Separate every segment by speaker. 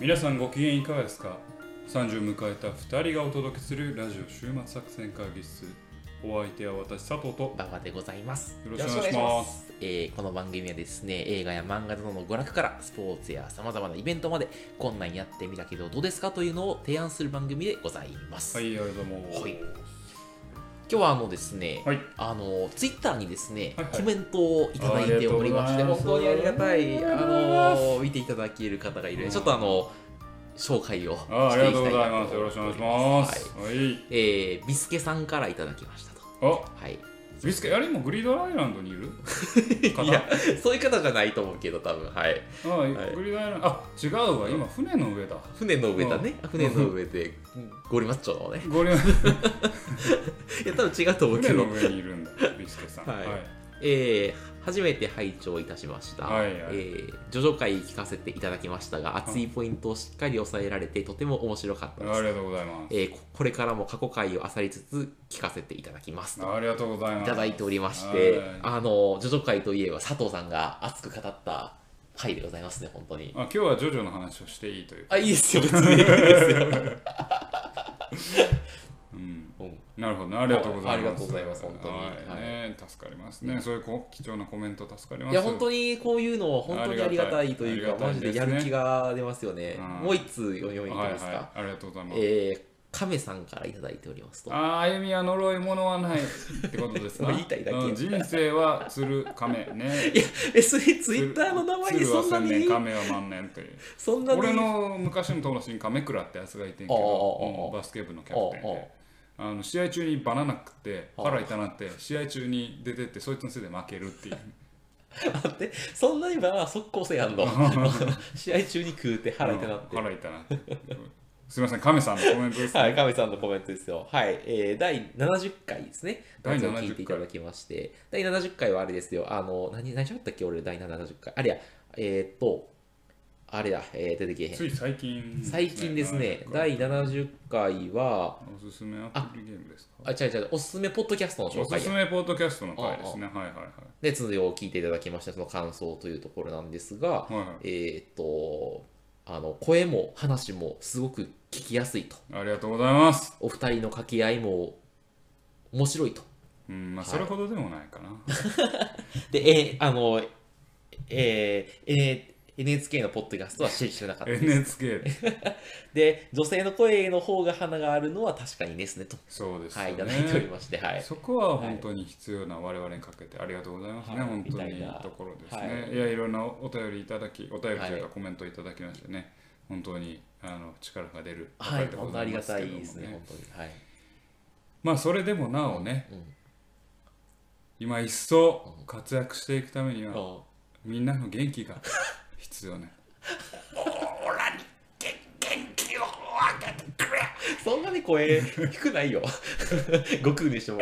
Speaker 1: 皆さんご機嫌いかがですか ?30 を迎えた2人がお届けするラジオ週末作戦会議室お相手は私佐藤と
Speaker 2: 馬場でございます。
Speaker 1: よろしくお願いします
Speaker 2: す。えーこの番組はですね、映画や漫画などの娯楽からスポーツやさまざまなイベントまで、こんなんやってみたけどどうですかというのを提案する番組でございます。
Speaker 1: はいありがとうござ
Speaker 2: はいい
Speaker 1: ま
Speaker 2: 今日はあのですね、
Speaker 1: すはい
Speaker 2: あのツイッターにですね、
Speaker 1: はいはい
Speaker 2: コメントをいただいておりまして
Speaker 1: ありがと
Speaker 2: 本
Speaker 1: うご
Speaker 2: 当
Speaker 1: ざ
Speaker 2: に
Speaker 1: います
Speaker 2: ありがたいあの見ていただける方がいる、
Speaker 1: うん
Speaker 2: ちょっとあの紹介をしていき
Speaker 1: ああり
Speaker 2: た
Speaker 1: が
Speaker 2: いな
Speaker 1: とうございます
Speaker 2: と
Speaker 1: よ
Speaker 2: 思
Speaker 1: ろ
Speaker 2: っ
Speaker 1: してくお
Speaker 2: お
Speaker 1: 願いしますすは
Speaker 2: りまはい
Speaker 1: い
Speaker 2: えービスケさんからいただきましたと
Speaker 1: あ
Speaker 2: はい
Speaker 1: ビスケあれ今グリードアイランドにいる方
Speaker 2: いやそういう方じゃないと思うけど多分はい
Speaker 1: ああ
Speaker 2: はい
Speaker 1: グリードアイランドあ違うわ今船の上だ
Speaker 2: 船の上だね、船の上でゴリマッチョのね
Speaker 1: ゴリラ
Speaker 2: いや多分違うと思うけ
Speaker 1: 船
Speaker 2: ど
Speaker 1: の、上にいるんだビスケさん
Speaker 2: はいえー初めて拝聴いたしました、
Speaker 1: はいはい
Speaker 2: えー、ジョジョ会聞かせていただきましたが熱いポイントをしっかり抑えられてとても面白かったで
Speaker 1: あ
Speaker 2: す、
Speaker 1: りがとうございます
Speaker 2: えーここれからも過去回を漁りつつ聞かせていただきますと
Speaker 1: ありがとうございます
Speaker 2: いただいておりまし
Speaker 1: は
Speaker 2: て
Speaker 1: い
Speaker 2: あのジョジョ会といえば佐藤さんが熱く語った回でございますね本当に
Speaker 1: あ今日はジョジョの話をしていいという
Speaker 2: あいいですよ別にいいですよ、
Speaker 1: うん
Speaker 2: うん
Speaker 1: なるほどね、ありがとうございます。
Speaker 2: ありがとうございます本当に
Speaker 1: はいね、助かりますね。そういうこう貴重なコメント助かります。
Speaker 2: いや本当にこういうの本当にありがたいという
Speaker 1: あり
Speaker 2: か
Speaker 1: がたい
Speaker 2: マジでやる気が出ますよね
Speaker 1: うん
Speaker 2: もう一通読み上
Speaker 1: はいい
Speaker 2: げてい
Speaker 1: は
Speaker 2: で
Speaker 1: い
Speaker 2: すか、、
Speaker 1: ありがとうございます。
Speaker 2: えー、亀さんからいただいておりますと
Speaker 1: ああ、歩みは呪いものはないってことです か。
Speaker 2: 言いたいだけ
Speaker 1: うん人生は鶴亀ね。
Speaker 2: いや えそれツイッターの名前に
Speaker 1: 鶴
Speaker 2: そ
Speaker 1: は
Speaker 2: んな
Speaker 1: 千年
Speaker 2: に
Speaker 1: 亀は万年という。
Speaker 2: そんなに
Speaker 1: 俺の昔の友達に亀倉ってやつがいてんけ
Speaker 2: あああああ
Speaker 1: ど、
Speaker 2: あ
Speaker 1: うんバスケ部のキャプテン
Speaker 2: ああああ
Speaker 1: で。あの試合中にバナナ食って
Speaker 2: ああ
Speaker 1: 腹痛なって試合中に出てってそいつのせいで負けるっていう
Speaker 2: 待ってそんなにバナナ即効性あんの 試合中に食うて腹痛なって
Speaker 1: うん腹痛なってすみません亀さんのコメントです
Speaker 2: はい、亀さんのコメントですよ。はい、えー、第70回ですね。
Speaker 1: 第70
Speaker 2: を聞いていただきまして、第70回はあれですよ。あの、何、何喋ったっけ俺、第70回。あれや、えー、っと、あれだ、えー、出てけへん
Speaker 1: つ。い最近、
Speaker 2: 最近ですね、第70回は、
Speaker 1: おすすめアプリゲームですか
Speaker 2: あ、違う違う、おすすめポッドキャストの
Speaker 1: お
Speaker 2: 紹
Speaker 1: す
Speaker 2: 介
Speaker 1: す
Speaker 2: や
Speaker 1: めポッドキャストの回ですねはいはいはい
Speaker 2: で、続きを聞いていただきました、その感想というところなんですが、
Speaker 1: はいはい
Speaker 2: えーっと、あの、声も話もすごく聞きやすいと。
Speaker 1: ありがとうございます
Speaker 2: お二人の掛け合いも面白いと。
Speaker 1: うんまあ
Speaker 2: はい
Speaker 1: それほどでもないかな、
Speaker 2: で、えーあの、えーえー NHK のポッドキャストは知らなかったです。
Speaker 1: NHK
Speaker 2: で、女性の声の方が花があるのは確かにですねと。
Speaker 1: そうです
Speaker 2: はい、い
Speaker 1: よ
Speaker 2: ただいており
Speaker 1: ね
Speaker 2: まして、はい。
Speaker 1: そこは本当に必要な我々にかけてありがとうございますね、
Speaker 2: はい
Speaker 1: 本当にい
Speaker 2: みたい
Speaker 1: い
Speaker 2: な
Speaker 1: ところですね、、
Speaker 2: はいい
Speaker 1: やいろんなお便りいただきお便りという
Speaker 2: は
Speaker 1: かコメントいただきましてね、本当にあの力が出る
Speaker 2: は
Speaker 1: 回
Speaker 2: い、
Speaker 1: で
Speaker 2: 本
Speaker 1: ご
Speaker 2: 当あ
Speaker 1: ざ
Speaker 2: りが
Speaker 1: ます
Speaker 2: た
Speaker 1: けど
Speaker 2: い
Speaker 1: も
Speaker 2: ですね、本当に。はい。
Speaker 1: まあそれでもなおね、
Speaker 2: うん
Speaker 1: 今一層活躍していくために
Speaker 2: あ
Speaker 1: は
Speaker 2: の
Speaker 1: みんなの元気が必要ね。
Speaker 2: そんなに声低ないよ。 悟空にしても。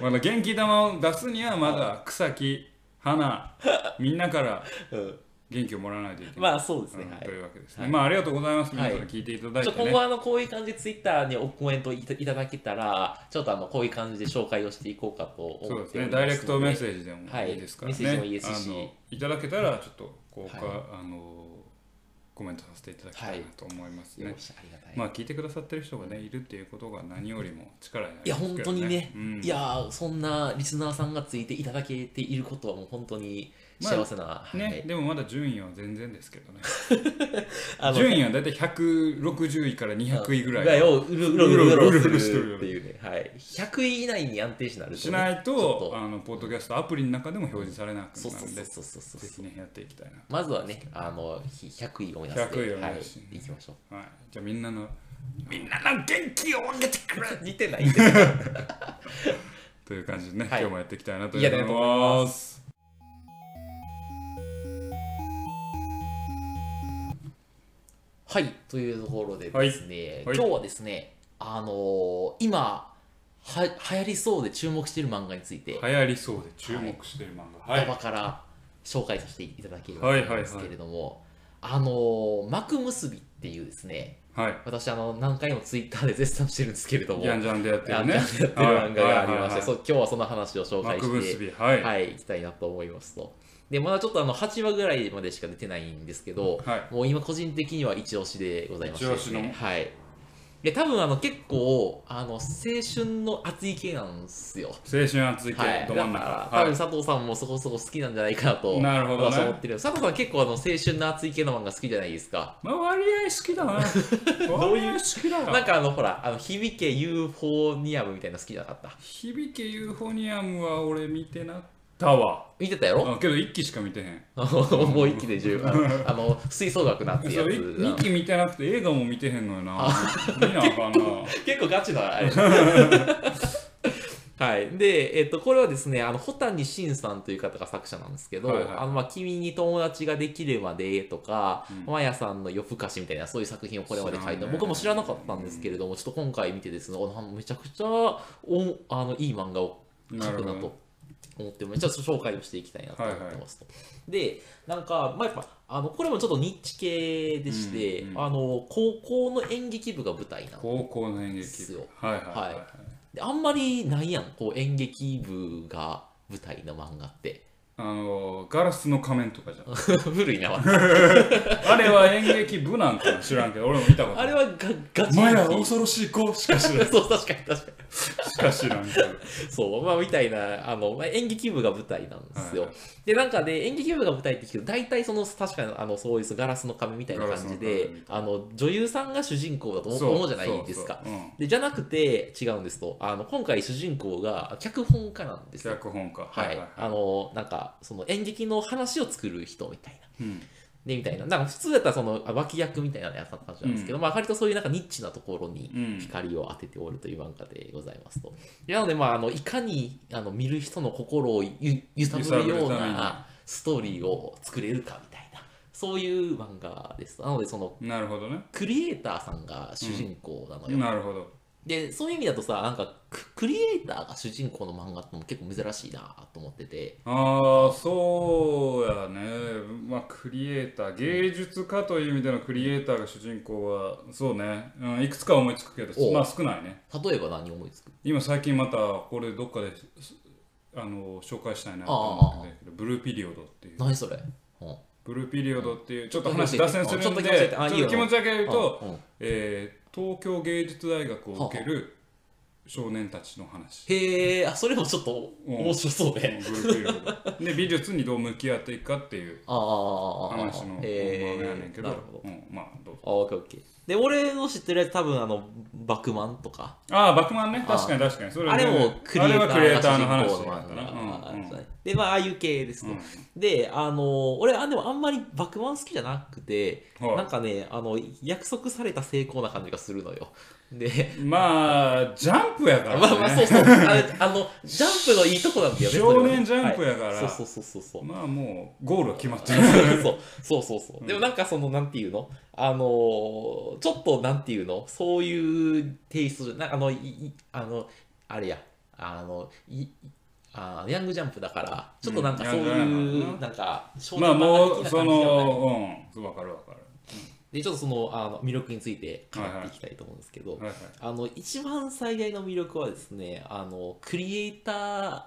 Speaker 1: まだ元気玉を出すにはまだ草木、花、みんなから
Speaker 2: うん
Speaker 1: 元気をもらわないといけない。
Speaker 2: まあそうですね
Speaker 1: うん
Speaker 2: はい
Speaker 1: というわけですね。
Speaker 2: はい
Speaker 1: まあありがとうございます。皆
Speaker 2: は
Speaker 1: さ
Speaker 2: い
Speaker 1: ん聞いていただい
Speaker 2: ち
Speaker 1: て
Speaker 2: ょ今
Speaker 1: ね。
Speaker 2: 後あのこういう感じでツイッターにおコメントいたいただけたらちょっとあのこういう感じで紹介をしていこうかと
Speaker 1: そう
Speaker 2: 思
Speaker 1: で
Speaker 2: っ
Speaker 1: す
Speaker 2: てお
Speaker 1: ね。
Speaker 2: ります
Speaker 1: ダイレクトメッ
Speaker 2: ージ
Speaker 1: セージでも
Speaker 2: はい
Speaker 1: いいですからね。
Speaker 2: メッセージもいいですし
Speaker 1: あのいただけたらちょっとこうか、
Speaker 2: は
Speaker 1: あのコメントさせていただきたいなと思いますね。
Speaker 2: よしありがたい、
Speaker 1: まあ聞いてくださってる人がねいるっていうことが何よりも力になり
Speaker 2: いや
Speaker 1: ますけど
Speaker 2: 本当にね、
Speaker 1: うん
Speaker 2: いやーそんなリスナーさんがついていただけていることはもう本当に幸せな、はい
Speaker 1: ね、でもまだ順位は全然ですけどね。
Speaker 2: あの
Speaker 1: 順位はだいたい160位から200位ぐらい
Speaker 2: をうろうろうろうろう
Speaker 1: うろうろ
Speaker 2: ろ
Speaker 1: うろうろ
Speaker 2: す
Speaker 1: してる
Speaker 2: るっていうね、はい、100位以内に安定しなるとね
Speaker 1: しない
Speaker 2: ちょっ
Speaker 1: と、あのポッドキャストアプリの中でも表示されなく
Speaker 2: そう
Speaker 1: な
Speaker 2: そ
Speaker 1: る
Speaker 2: うんそ
Speaker 1: で、
Speaker 2: う
Speaker 1: ぜ
Speaker 2: そうそうそう
Speaker 1: ひね、やっていきたいな。
Speaker 2: まずはねあのひ100位を目指して
Speaker 1: 100位を目
Speaker 2: はい
Speaker 1: 指して、
Speaker 2: いきましょう
Speaker 1: はい、じゃあみんなの、みんなの元気を上げてくれ
Speaker 2: 似てない似てない
Speaker 1: という感じでね、
Speaker 2: はい
Speaker 1: 今日もやっていきたいなと
Speaker 2: いやね
Speaker 1: 思います。
Speaker 2: はいというところでですね、
Speaker 1: はいはい
Speaker 2: 今日はですねあのー今は流行りそうで注目している漫画について
Speaker 1: 流行りそうで注目している漫画。はい。
Speaker 2: 馬場から紹介させていただけれ
Speaker 1: は
Speaker 2: ば
Speaker 1: い
Speaker 2: と
Speaker 1: はいはい
Speaker 2: 思うんですけれども、あのー幕結びっていうですね、
Speaker 1: はい。
Speaker 2: 私、あの、何回もツイッターで絶賛してるんですけれども、
Speaker 1: ギャンジャンでやって
Speaker 2: や
Speaker 1: る
Speaker 2: んじ
Speaker 1: ね。
Speaker 2: ゃんでやってる漫画がありまして、
Speaker 1: はいはいはい
Speaker 2: そう今日はその話を紹
Speaker 1: マ
Speaker 2: 介
Speaker 1: クブ
Speaker 2: し
Speaker 1: ス
Speaker 2: て、
Speaker 1: ビ、はい。
Speaker 2: はい、いきたいなと思いますと。で、まだちょっとあの、8話ぐらいまでしか出てないんですけど、
Speaker 1: はい
Speaker 2: もう今個人的には一押しでございましてですね、
Speaker 1: 一押しの
Speaker 2: はい。で、多分あの、結構、あの、青春の熱い系なんですよ。
Speaker 1: 青春熱い系、
Speaker 2: はい、
Speaker 1: ど
Speaker 2: だ
Speaker 1: 真ん
Speaker 2: か
Speaker 1: 中
Speaker 2: ら、多
Speaker 1: は
Speaker 2: 分
Speaker 1: い
Speaker 2: 佐藤さんもそこそこ好きなんじゃないかな と、
Speaker 1: なるほどね
Speaker 2: 私は思ってる。佐藤さん結構あの青春の熱い系の漫画好きじゃないですか。
Speaker 1: まあ、割合好きだな
Speaker 2: どういう
Speaker 1: 割合好きだ
Speaker 2: なん
Speaker 1: な
Speaker 2: かあの、ほら、あの響けユーフォニアムみたいなの好きじゃなかった。
Speaker 1: 響けユーフォニアムは俺見てなったわ
Speaker 2: 見てたや ろ
Speaker 1: あけど1期しか見てへん
Speaker 2: あのもう一気で十分。あの、吹奏楽なっていう
Speaker 1: そう
Speaker 2: やつ。
Speaker 1: 2期見てなくて映画も見てへんのよ な見なあかんな
Speaker 2: 結構ガチなあれはい。で、えっと、これはですね、あの、ホタニシンさんという方が作者なんですけど、
Speaker 1: はいはい
Speaker 2: あの、まあ、君に友達ができるまでとか、
Speaker 1: うん
Speaker 2: マヤさんの夜更かしみたいな、そういう作品をこれまで書い
Speaker 1: 知ら
Speaker 2: た。
Speaker 1: んね
Speaker 2: 僕も知らなかったんですけれども、ちょっと今回見てですね、あめちゃくちゃ、お、あの、いい漫画を
Speaker 1: な
Speaker 2: 書
Speaker 1: る
Speaker 2: く
Speaker 1: ほど
Speaker 2: なと思っても、ちょっと紹介をしていきたいなと思ってますと。で、なんか、まあ、やっぱ、あの、これもちょっとニッチ系でして、
Speaker 1: うんうん
Speaker 2: あの、高校の演劇部が舞台なんで
Speaker 1: 高校の演
Speaker 2: す
Speaker 1: 劇
Speaker 2: よ
Speaker 1: はいはいはい、
Speaker 2: はいであんまりないやんこう演劇部が舞台の漫画って
Speaker 1: あのガラスの仮面とかじゃん
Speaker 2: 古いなまた
Speaker 1: あれは演劇部なんかな知らんけど、俺も見 たこと
Speaker 2: あ
Speaker 1: ない。
Speaker 2: れはガガチ
Speaker 1: マヤは
Speaker 2: 演劇
Speaker 1: 恐ろしい子しか知らん。
Speaker 2: そう確かに確か
Speaker 1: しか知らんけど。
Speaker 2: にそうまあみたいなあの、まあ、演劇部が舞台なんですよ、
Speaker 1: はいは
Speaker 2: でなんかで演劇部が舞台って聞くと大体その確かにあのそういうガラスの壁みたいな感じ
Speaker 1: ガラス
Speaker 2: で
Speaker 1: の壁みた
Speaker 2: あの女優さんが主人公だと思う思うじゃないですか
Speaker 1: そうそううん
Speaker 2: でじゃなくて違うんですとあの今回主人公が脚本家なんですよ
Speaker 1: 脚本か。
Speaker 2: はい、あのなんかその演劇の話を作る人みたいな
Speaker 1: うん
Speaker 2: でみたいななんか普通だったらそのあ脇役みたいなのやった感じなんですけど、まあ割とそういうなんかニッチなところに
Speaker 1: うん
Speaker 2: 光を当てておるという漫画でございますと。なのでまああのいかにあの見る人の心をゆ揺さぶるよう
Speaker 1: 揺さぶるために
Speaker 2: なストーリーを作れるかみたいなそういう漫画です。なのでその
Speaker 1: なるほどね。
Speaker 2: クリエイターさんが主人公なのよ。
Speaker 1: なるほど。
Speaker 2: でそういう意味だとさなんかククリエイターが主人公の漫画ってのも結構珍しいなと思ってて。
Speaker 1: ああ、そうやね。まあ、クリエイター、芸術家という意味でのクリエイターが主人公は、そうね。うん、いくつか思いつくけど
Speaker 2: お、う
Speaker 1: まあ少ないね。
Speaker 2: 例えば何思いつく
Speaker 1: 今最近また、これどっかで、すあの、紹介したいなと思ってるけど、ブルーピリオドっていう。
Speaker 2: 何それ、うん
Speaker 1: ブルーピリオドっていう、ちょっと話脱線するんで、ち
Speaker 2: ち
Speaker 1: ょ
Speaker 2: ょ
Speaker 1: っ
Speaker 2: っ
Speaker 1: と
Speaker 2: と
Speaker 1: 気持
Speaker 2: 気持
Speaker 1: ち
Speaker 2: ち
Speaker 1: だけ
Speaker 2: だけあい
Speaker 1: 言
Speaker 2: いよ
Speaker 1: うと、
Speaker 2: うんうん
Speaker 1: えー東京芸術大学を受ける少年たちの話。
Speaker 2: へえ、あ、それもちょっと面白そう
Speaker 1: ブ
Speaker 2: ね。
Speaker 1: ルーピリオドで、美術にどう向き合っていくかっていう
Speaker 2: ああ、ああ、ああ、ああ
Speaker 1: 話の漫画やねん
Speaker 2: へえ、
Speaker 1: け
Speaker 2: な
Speaker 1: ど
Speaker 2: るほど、。
Speaker 1: うんまあどうぞ
Speaker 2: あ、オッケーオッケー。で、俺の知ってるやつ多分、あの、バクマンとか。
Speaker 1: ああ、バクマンね、確かに確かに。そ
Speaker 2: あれもクリエ
Speaker 1: あ
Speaker 2: イ
Speaker 1: れ
Speaker 2: タ
Speaker 1: はクリエイターの
Speaker 2: ーの
Speaker 1: 話
Speaker 2: 話
Speaker 1: だったな。うんうん
Speaker 2: で、まあ、ああいう系ですと。で、あの、俺、あでもあんまりバクマン好きじゃなくて、
Speaker 1: はい
Speaker 2: なんかね、あの、約束された成功な感じがするのよ。で、
Speaker 1: まあ、ジャンプやから、ね。
Speaker 2: まあまあ、そうそう。あれあの、ジャンプのいいとこなんだよね。それは
Speaker 1: 少年ジャンプやから
Speaker 2: はいそうそうそうそうそう。
Speaker 1: まあもう、ゴールは決まってる。
Speaker 2: そうそうそうそう。でもなんかその、なんていうのあのー、ちょっとなんていうのそういうテイストじゃな、あの、いいあの、あれや、あの、い、あーヤングジャンプだから、ちょっとなんか
Speaker 1: うん
Speaker 2: そうい
Speaker 1: ヤングジャン
Speaker 2: う、
Speaker 1: プ
Speaker 2: なんか、少
Speaker 1: まあもう、
Speaker 2: 的
Speaker 1: そ
Speaker 2: な感じではない
Speaker 1: の、うん、わかるわかる。
Speaker 2: で、ちょっとその、あの、魅力について語っていきたいと思うんですけど、
Speaker 1: はいはい
Speaker 2: あの、一番最大の魅力はですね、あの、クリエイター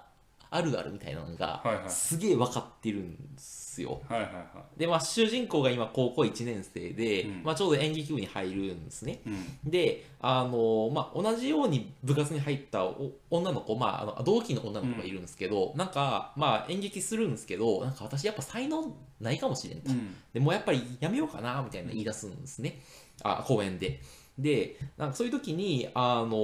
Speaker 2: あるあるみたいなのが
Speaker 1: はい、はい
Speaker 2: すげえ分かってるんですよ。
Speaker 1: はいはいは
Speaker 2: で、まあ、主人公が今高校1年生で、
Speaker 1: うん
Speaker 2: まあ、ちょうど演劇部に入るんですね。
Speaker 1: い。うん。
Speaker 2: で、あのまあ、同じように部活に入ったお女の子、まあ、あの同期の女の子がいるんですけど、なんか、まあ、演劇するんですけど、なんか私やっぱ才能ないかもしれんと。
Speaker 1: うん
Speaker 2: でもうやっぱりやめようかなみたいな言い出すんですね、あ公演で。で、なんかそういう時に、あの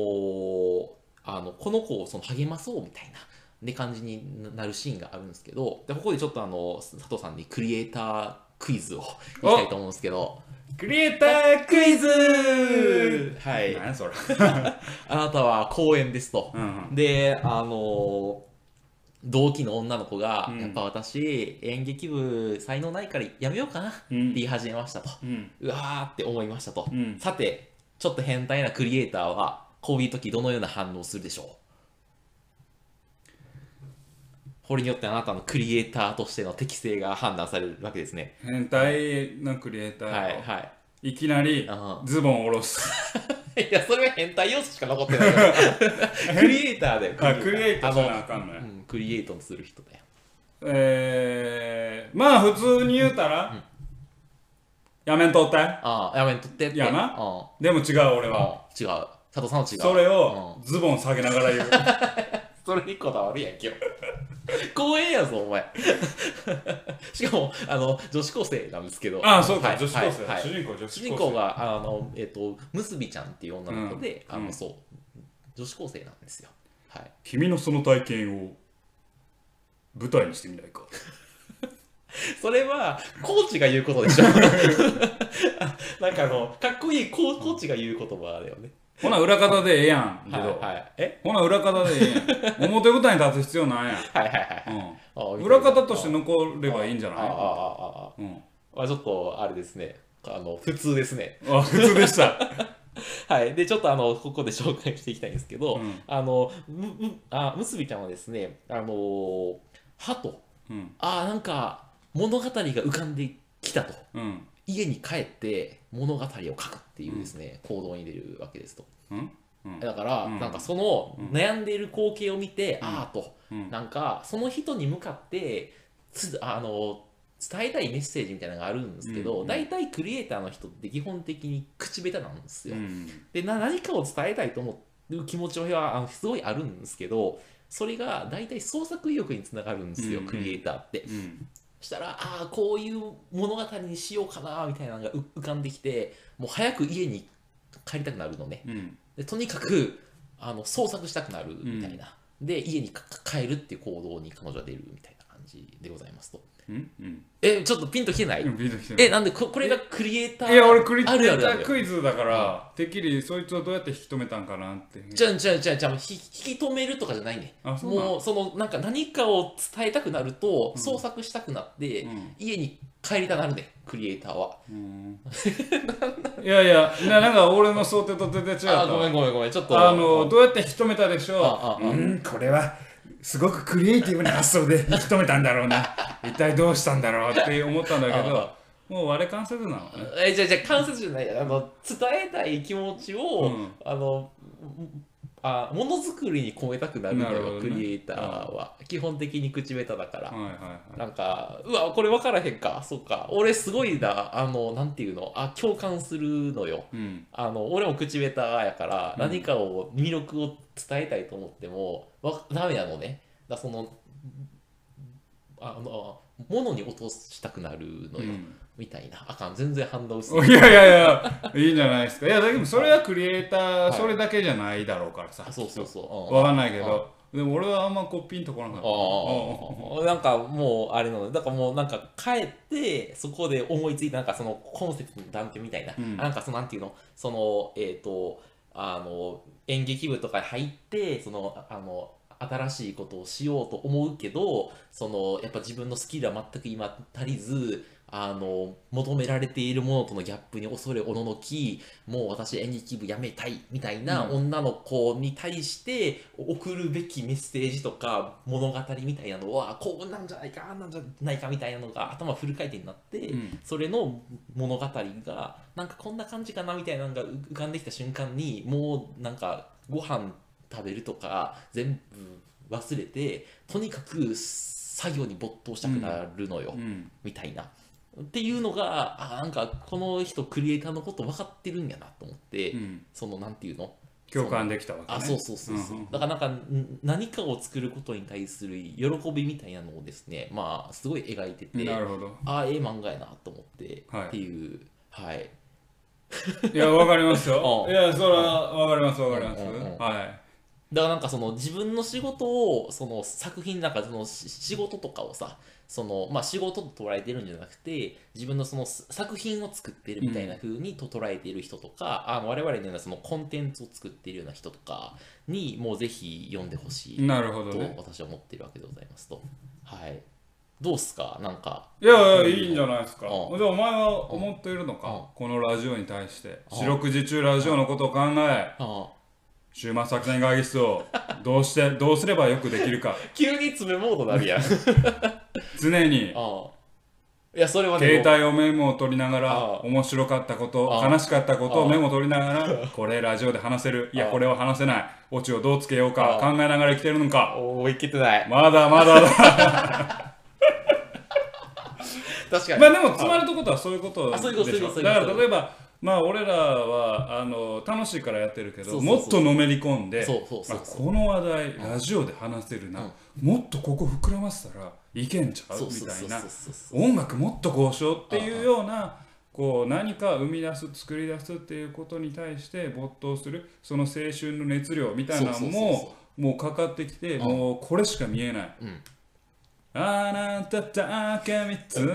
Speaker 2: あのこの子をその励まそうみたいな。で感じにななるシーンがあるんですけどでここでちょっとあの佐藤さんにクリエイタークイズをいきたいと思うんですけど
Speaker 1: クリエイタークイズ
Speaker 2: はい
Speaker 1: 何やそれ。
Speaker 2: あなたは公演ですと、
Speaker 1: うん
Speaker 2: であの同期の女の子が、
Speaker 1: うん
Speaker 2: やっぱ私演劇部才能ないからやめようかなって
Speaker 1: うん
Speaker 2: 言い始めましたと、
Speaker 1: うん。
Speaker 2: うわーって思いましたと、
Speaker 1: うん
Speaker 2: さてちょっと変態なクリエイターはこういう時どのような反応をするでしょうこれによってあなたのクリエイターとしての適性が判断されるわけですね
Speaker 1: 変態のクリエイター。
Speaker 2: はいはい
Speaker 1: い、きなり
Speaker 2: う
Speaker 1: ズボンを下ろす。
Speaker 2: いやそれは変態要素しか残ってないから クリエイターだよ
Speaker 1: あ、クリエイターじゃな
Speaker 2: あ
Speaker 1: あかんの
Speaker 2: の
Speaker 1: や
Speaker 2: う。んクリエイトする人だよ
Speaker 1: えー、まあ普通に言うたら、やめんとって
Speaker 2: ああ、やめんとってって。
Speaker 1: いやな
Speaker 2: うん
Speaker 1: でも違う俺は、
Speaker 2: うん違う。佐藤さんは違う。
Speaker 1: それ
Speaker 2: う
Speaker 1: をズボン下げながら 言う
Speaker 2: それにこだわるやん、今日。 光栄やぞ、お前。 しかも、あの、女子高生なんですけど。
Speaker 1: ああそうか、
Speaker 2: はい
Speaker 1: 女子高生、
Speaker 2: はいはい
Speaker 1: 主人公女子高生
Speaker 2: 主人公が、あの、えっ、と、むすびちゃんっていう女の子で、
Speaker 1: うん
Speaker 2: あ
Speaker 1: う
Speaker 2: の、
Speaker 1: ん
Speaker 2: そう、女子高生なんですよ。はい。
Speaker 1: 君のその体験を舞台にしてみないか
Speaker 2: それは、コーチが言うことでしょ。 なんかあの、かっこいいコーコーチが言う言葉だよね。
Speaker 1: ほな裏方でええやんけど、
Speaker 2: はい、はい。え
Speaker 1: ほな裏方でええやん 表舞台に立つ必要ないやん
Speaker 2: はいはいはい。あ
Speaker 1: うん、裏方として残ればいいんじゃ
Speaker 2: ああああ
Speaker 1: な
Speaker 2: ああ
Speaker 1: いうん
Speaker 2: まあ、ちょっとあれですね、あの普通ですね。
Speaker 1: あ普通でした、
Speaker 2: はい、でちょっとあのここで紹介していきたいんですけど、
Speaker 1: うん
Speaker 2: あのむむあむすびちゃんはですね、あのーはと、
Speaker 1: うん
Speaker 2: あーなんか物語が浮かんできたと、
Speaker 1: うん
Speaker 2: 家に帰って物語を書くっていうですね、行動に出るわけですと。
Speaker 1: うんうん
Speaker 2: だから、
Speaker 1: うん
Speaker 2: なんかその悩んでいる光景を見て、
Speaker 1: うん
Speaker 2: ああと、
Speaker 1: うん
Speaker 2: なんかその人に向かってつあの伝えたいメッセージみたいなのがあるんですけ
Speaker 1: うん
Speaker 2: ど、
Speaker 1: うん
Speaker 2: 大体クリエイターの人って基本的に口下手なんですよ。
Speaker 1: うん
Speaker 2: でな何かを伝えたいと思う気持ちはあのすごいあるんですけどそれが大体創作意欲につながるんですよ、
Speaker 1: うんうん
Speaker 2: クリエイターって。
Speaker 1: うん
Speaker 2: そしたらああこういう物語にしようかなみたいなのがう浮かんできてもう早く家に帰りたくなるのね。
Speaker 1: うん
Speaker 2: でとにかくあの創作したくなるみたいな、で家にかか帰るっていう行動に彼女は出るみたいな感じでございますと
Speaker 1: うんうん
Speaker 2: えちょっとピンときてない、
Speaker 1: うんビートきてない
Speaker 2: えなんでここれがクリエイター
Speaker 1: いや俺クリエイタ
Speaker 2: あるあるあ
Speaker 1: ー
Speaker 2: る
Speaker 1: クイズだからてっきりそいつをどうやって引き止めたんかなって
Speaker 2: じゃんじゃんじゃんじゃんひ引き止めるとかじゃないね
Speaker 1: あそうなの
Speaker 2: もうそのなんか何かを伝えたくなると、創作したくなって、
Speaker 1: うん
Speaker 2: 家に帰りたなるねクリエイターは
Speaker 1: うんいやいやななんか俺の想定と全然違った
Speaker 2: あーごめんごめんごめんちょっと
Speaker 1: あのどうやって引き止めたでし
Speaker 2: あ
Speaker 1: ょ
Speaker 2: あ
Speaker 1: ううんこれはすごくクリエイティブな発想で引き止めたんだろうな一体どうしたんだろうって思ったんだけ
Speaker 2: あ
Speaker 1: どもう割れ関節なのね
Speaker 2: えじゃあじゃあ関節じゃないあの伝えたい気持ちを、
Speaker 1: うん
Speaker 2: あのうんあものづくりに込めたくなるんだ
Speaker 1: なるほ
Speaker 2: よ、
Speaker 1: どね
Speaker 2: クリエイターは、基本的に口下手だから、
Speaker 1: はいはいは
Speaker 2: なんかうわこれ分からへんかそうか俺すごいなあのなんていうのあ共感するのよ
Speaker 1: いうん
Speaker 2: あの俺も口下手やから、何かを魅力を伝えたいと思ってもわダメなのねだからそのあの物に落としたくなるの
Speaker 1: う
Speaker 2: よ、
Speaker 1: ん
Speaker 2: みたいなあかん全然反応薄 い
Speaker 1: いやいやいやいいんじゃないですかいやでもそれはクリエイター、
Speaker 2: い
Speaker 1: それだけじゃないだろうからさ
Speaker 2: あそうそうそう、
Speaker 1: わかんないけど、でも俺はあんまこうピンとこなかった。うん
Speaker 2: ああなんかもうあれなのだからもうなんか帰ってそこで思いついたなんかそのコンセプトの断片みたいな、
Speaker 1: うん
Speaker 2: なんかそのなんていうのそのえっ、とあの演劇部とかに入ってそのあの新しいことをしようと思うけどそのやっぱ自分のスキルは全く今足りずあの求められているものとのギャップに恐れおののきもう私演劇部やめたいみたいな
Speaker 1: う
Speaker 2: 女の子に対して送るべきメッセージとか物語みたいなのはこうなんじゃないかあんなんじゃないかみたいなのが頭フル回転になって、
Speaker 1: うん
Speaker 2: それの物語がなんかこんな感じかなみたいなのが浮かんできた瞬間にもうなんかご飯食べるとか全部忘れてとにかく作業に没頭したくなるのよ。
Speaker 1: うん
Speaker 2: みたいな。っていうのが、あなんかこの人クリエイターのこと分かってるんやなと思って、
Speaker 1: うん
Speaker 2: そのなんていうの
Speaker 1: 共感できたわけ、ね。
Speaker 2: あそうそうそうそ
Speaker 1: ん
Speaker 2: う、
Speaker 1: ん
Speaker 2: だからなんかん何かを作ることに対する喜びみたいなのをですねまあすごい描いてて
Speaker 1: なるほど。
Speaker 2: ああええ漫画やなと思って、
Speaker 1: はい
Speaker 2: っていうはい
Speaker 1: いや、わかりますよ。
Speaker 2: うん
Speaker 1: いや、それはわかります、わかります。
Speaker 2: うんうんうん
Speaker 1: はい。
Speaker 2: だからなんかその自分の仕事をその作品なんかそのし仕事とかをさそのまあ仕事と捉えてるんじゃなくて自分のそのす作品を作ってるみたいな風にと捉えている人とか、あの我々のようなそのコンテンツを作っているような人とかにもうぜひ読んでほしい
Speaker 1: なるほど
Speaker 2: と
Speaker 1: ね。
Speaker 2: 私は思ってるわけでございますとはいどうっすかなんか
Speaker 1: いやいや、いいんじゃないですか。
Speaker 2: う
Speaker 1: じゃあ、お前は思っているのか、
Speaker 2: うん
Speaker 1: このラジオに対して。
Speaker 2: うん
Speaker 1: 四六時中ラジオのことを考え、
Speaker 2: あ
Speaker 1: 週末作戦会議室をどうして、どうすればよくできるか、
Speaker 2: 急に詰めモードなるやん あ
Speaker 1: 常に
Speaker 2: あいやそれはね
Speaker 1: 携帯をメモを取りながら
Speaker 2: ああ
Speaker 1: 面白かったこと
Speaker 2: ああ
Speaker 1: 悲しかったこと
Speaker 2: あ
Speaker 1: を
Speaker 2: あ
Speaker 1: メモを取りなが らこれラジオで話せるい
Speaker 2: あ
Speaker 1: や
Speaker 2: あ
Speaker 1: これは話せないオチをどうつけようか
Speaker 2: あ
Speaker 1: 考えながら生きてるのか
Speaker 2: おおいけてない
Speaker 1: まだまだだ
Speaker 2: 確かに。
Speaker 1: まあでも詰まるとことはそういうことで
Speaker 2: あそういうこと
Speaker 1: し
Speaker 2: そ
Speaker 1: ょ
Speaker 2: ういうことそういうこと
Speaker 1: だから例えばまあ俺らはあの楽しいからやってるけど
Speaker 2: そうそうそう
Speaker 1: もっとのめり込んで
Speaker 2: そうそうそう
Speaker 1: まあこの話題ラジオで話せるな、もっとここ膨らませたらいけんちゃう
Speaker 2: そう
Speaker 1: み
Speaker 2: そう
Speaker 1: た
Speaker 2: そ
Speaker 1: いうな
Speaker 2: そうそうそう。
Speaker 1: 音楽もっとこうしようっていうようなこう何か生み出す作り出すっていうことに対して没頭するその青春の熱量みたいなの
Speaker 2: そうそうそう
Speaker 1: ももうかかってきて
Speaker 2: うん
Speaker 1: もうこれしか見えない
Speaker 2: うん。
Speaker 1: あなただけ見つめ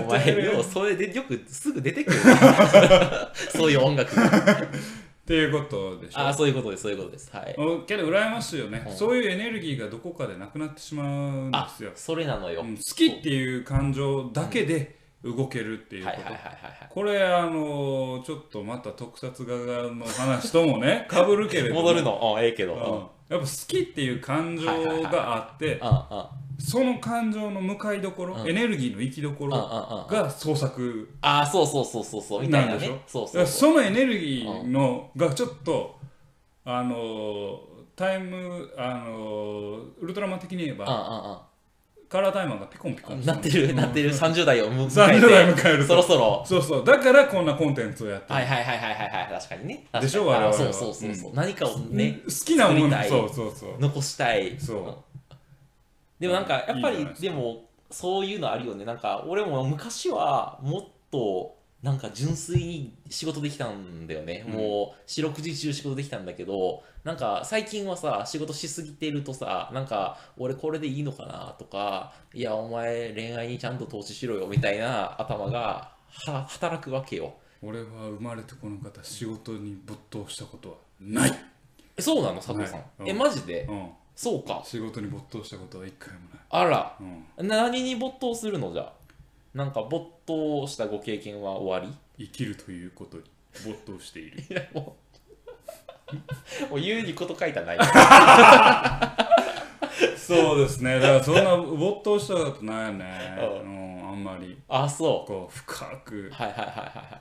Speaker 2: お
Speaker 1: て
Speaker 2: 前、
Speaker 1: る
Speaker 2: よう、
Speaker 1: っ
Speaker 2: それでよくすぐ出てくるね そういう音楽が。
Speaker 1: ていうことでしょ
Speaker 2: ああ、そういうことです、そういうことです。はい。
Speaker 1: うんけど羨ましいよね
Speaker 2: うん
Speaker 1: そういうエネルギーがどこかでなくなってしまうんで
Speaker 2: あ
Speaker 1: すよ、
Speaker 2: それなのよ。
Speaker 1: うん好きっていう感情だけで動けるっていうこ
Speaker 2: はい
Speaker 1: と
Speaker 2: はいはいはいはい。
Speaker 1: これあのちょっとまた特撮画の話ともねかぶるけれども
Speaker 2: 戻るの、うんええけ
Speaker 1: う
Speaker 2: ど。
Speaker 1: ん
Speaker 2: うんうん
Speaker 1: やっぱ好きっていう感情があって
Speaker 2: う
Speaker 1: その感情の向かいどころ、
Speaker 2: うん
Speaker 1: エネルギーの行きどこ
Speaker 2: んうんうんうん
Speaker 1: ろが創作
Speaker 2: ああ、そうそうそうそうそう、みたいな
Speaker 1: なんでし
Speaker 2: ね
Speaker 1: ょ。
Speaker 2: そ
Speaker 1: だ
Speaker 2: う
Speaker 1: か
Speaker 2: そう
Speaker 1: ら
Speaker 2: そう。
Speaker 1: そのエネルギーのがちょっとあのタイムあのウルトラマン的に言え
Speaker 2: うん
Speaker 1: ば
Speaker 2: うんうん
Speaker 1: カラータイマーがピコンピコンして
Speaker 2: なってる、なってる、30代 を迎
Speaker 1: 30代
Speaker 2: え
Speaker 1: を迎え
Speaker 2: て、
Speaker 1: る
Speaker 2: そろそろ
Speaker 1: そうそうだからこんなコンテンツをやってる
Speaker 2: はいはいはいはいはいはい確かにね
Speaker 1: でしょ
Speaker 2: 確かに
Speaker 1: 我々は
Speaker 2: あそうそうそうそう、何かをね
Speaker 1: 好きなも
Speaker 2: 作り
Speaker 1: の
Speaker 2: たい
Speaker 1: そうそうそう
Speaker 2: 残したい
Speaker 1: そ
Speaker 2: でもなんかやっぱ
Speaker 1: いいじゃ
Speaker 2: り
Speaker 1: ないですか
Speaker 2: でもそういうのあるよねなんか俺も昔はもっとなんか純粋に仕事できたんだよね、
Speaker 1: うん
Speaker 2: もう四六時中仕事できたんだけどなんか最近はさ仕事しすぎてるとさなんか俺これでいいのかなとかいやお前恋愛にちゃんと投資しろよみたいな頭がは働くわけよ
Speaker 1: 俺は生まれてこの方仕事に没頭したことはない、
Speaker 2: えそうなの佐藤さん、
Speaker 1: はいうん
Speaker 2: えマジで
Speaker 1: うん、
Speaker 2: そうか
Speaker 1: 仕事に没頭したことは一回も
Speaker 2: あら、
Speaker 1: ない、うん、
Speaker 2: 何に没頭するのじゃあなんか没頭したご経験は終わ
Speaker 1: 生きるということに没頭している
Speaker 2: りもう言うにこと書いたない
Speaker 1: そうですねだからそんな没頭したことないね、
Speaker 2: う
Speaker 1: うん、あんまり
Speaker 2: あそ
Speaker 1: こう深く
Speaker 2: うはいはいはいはいはい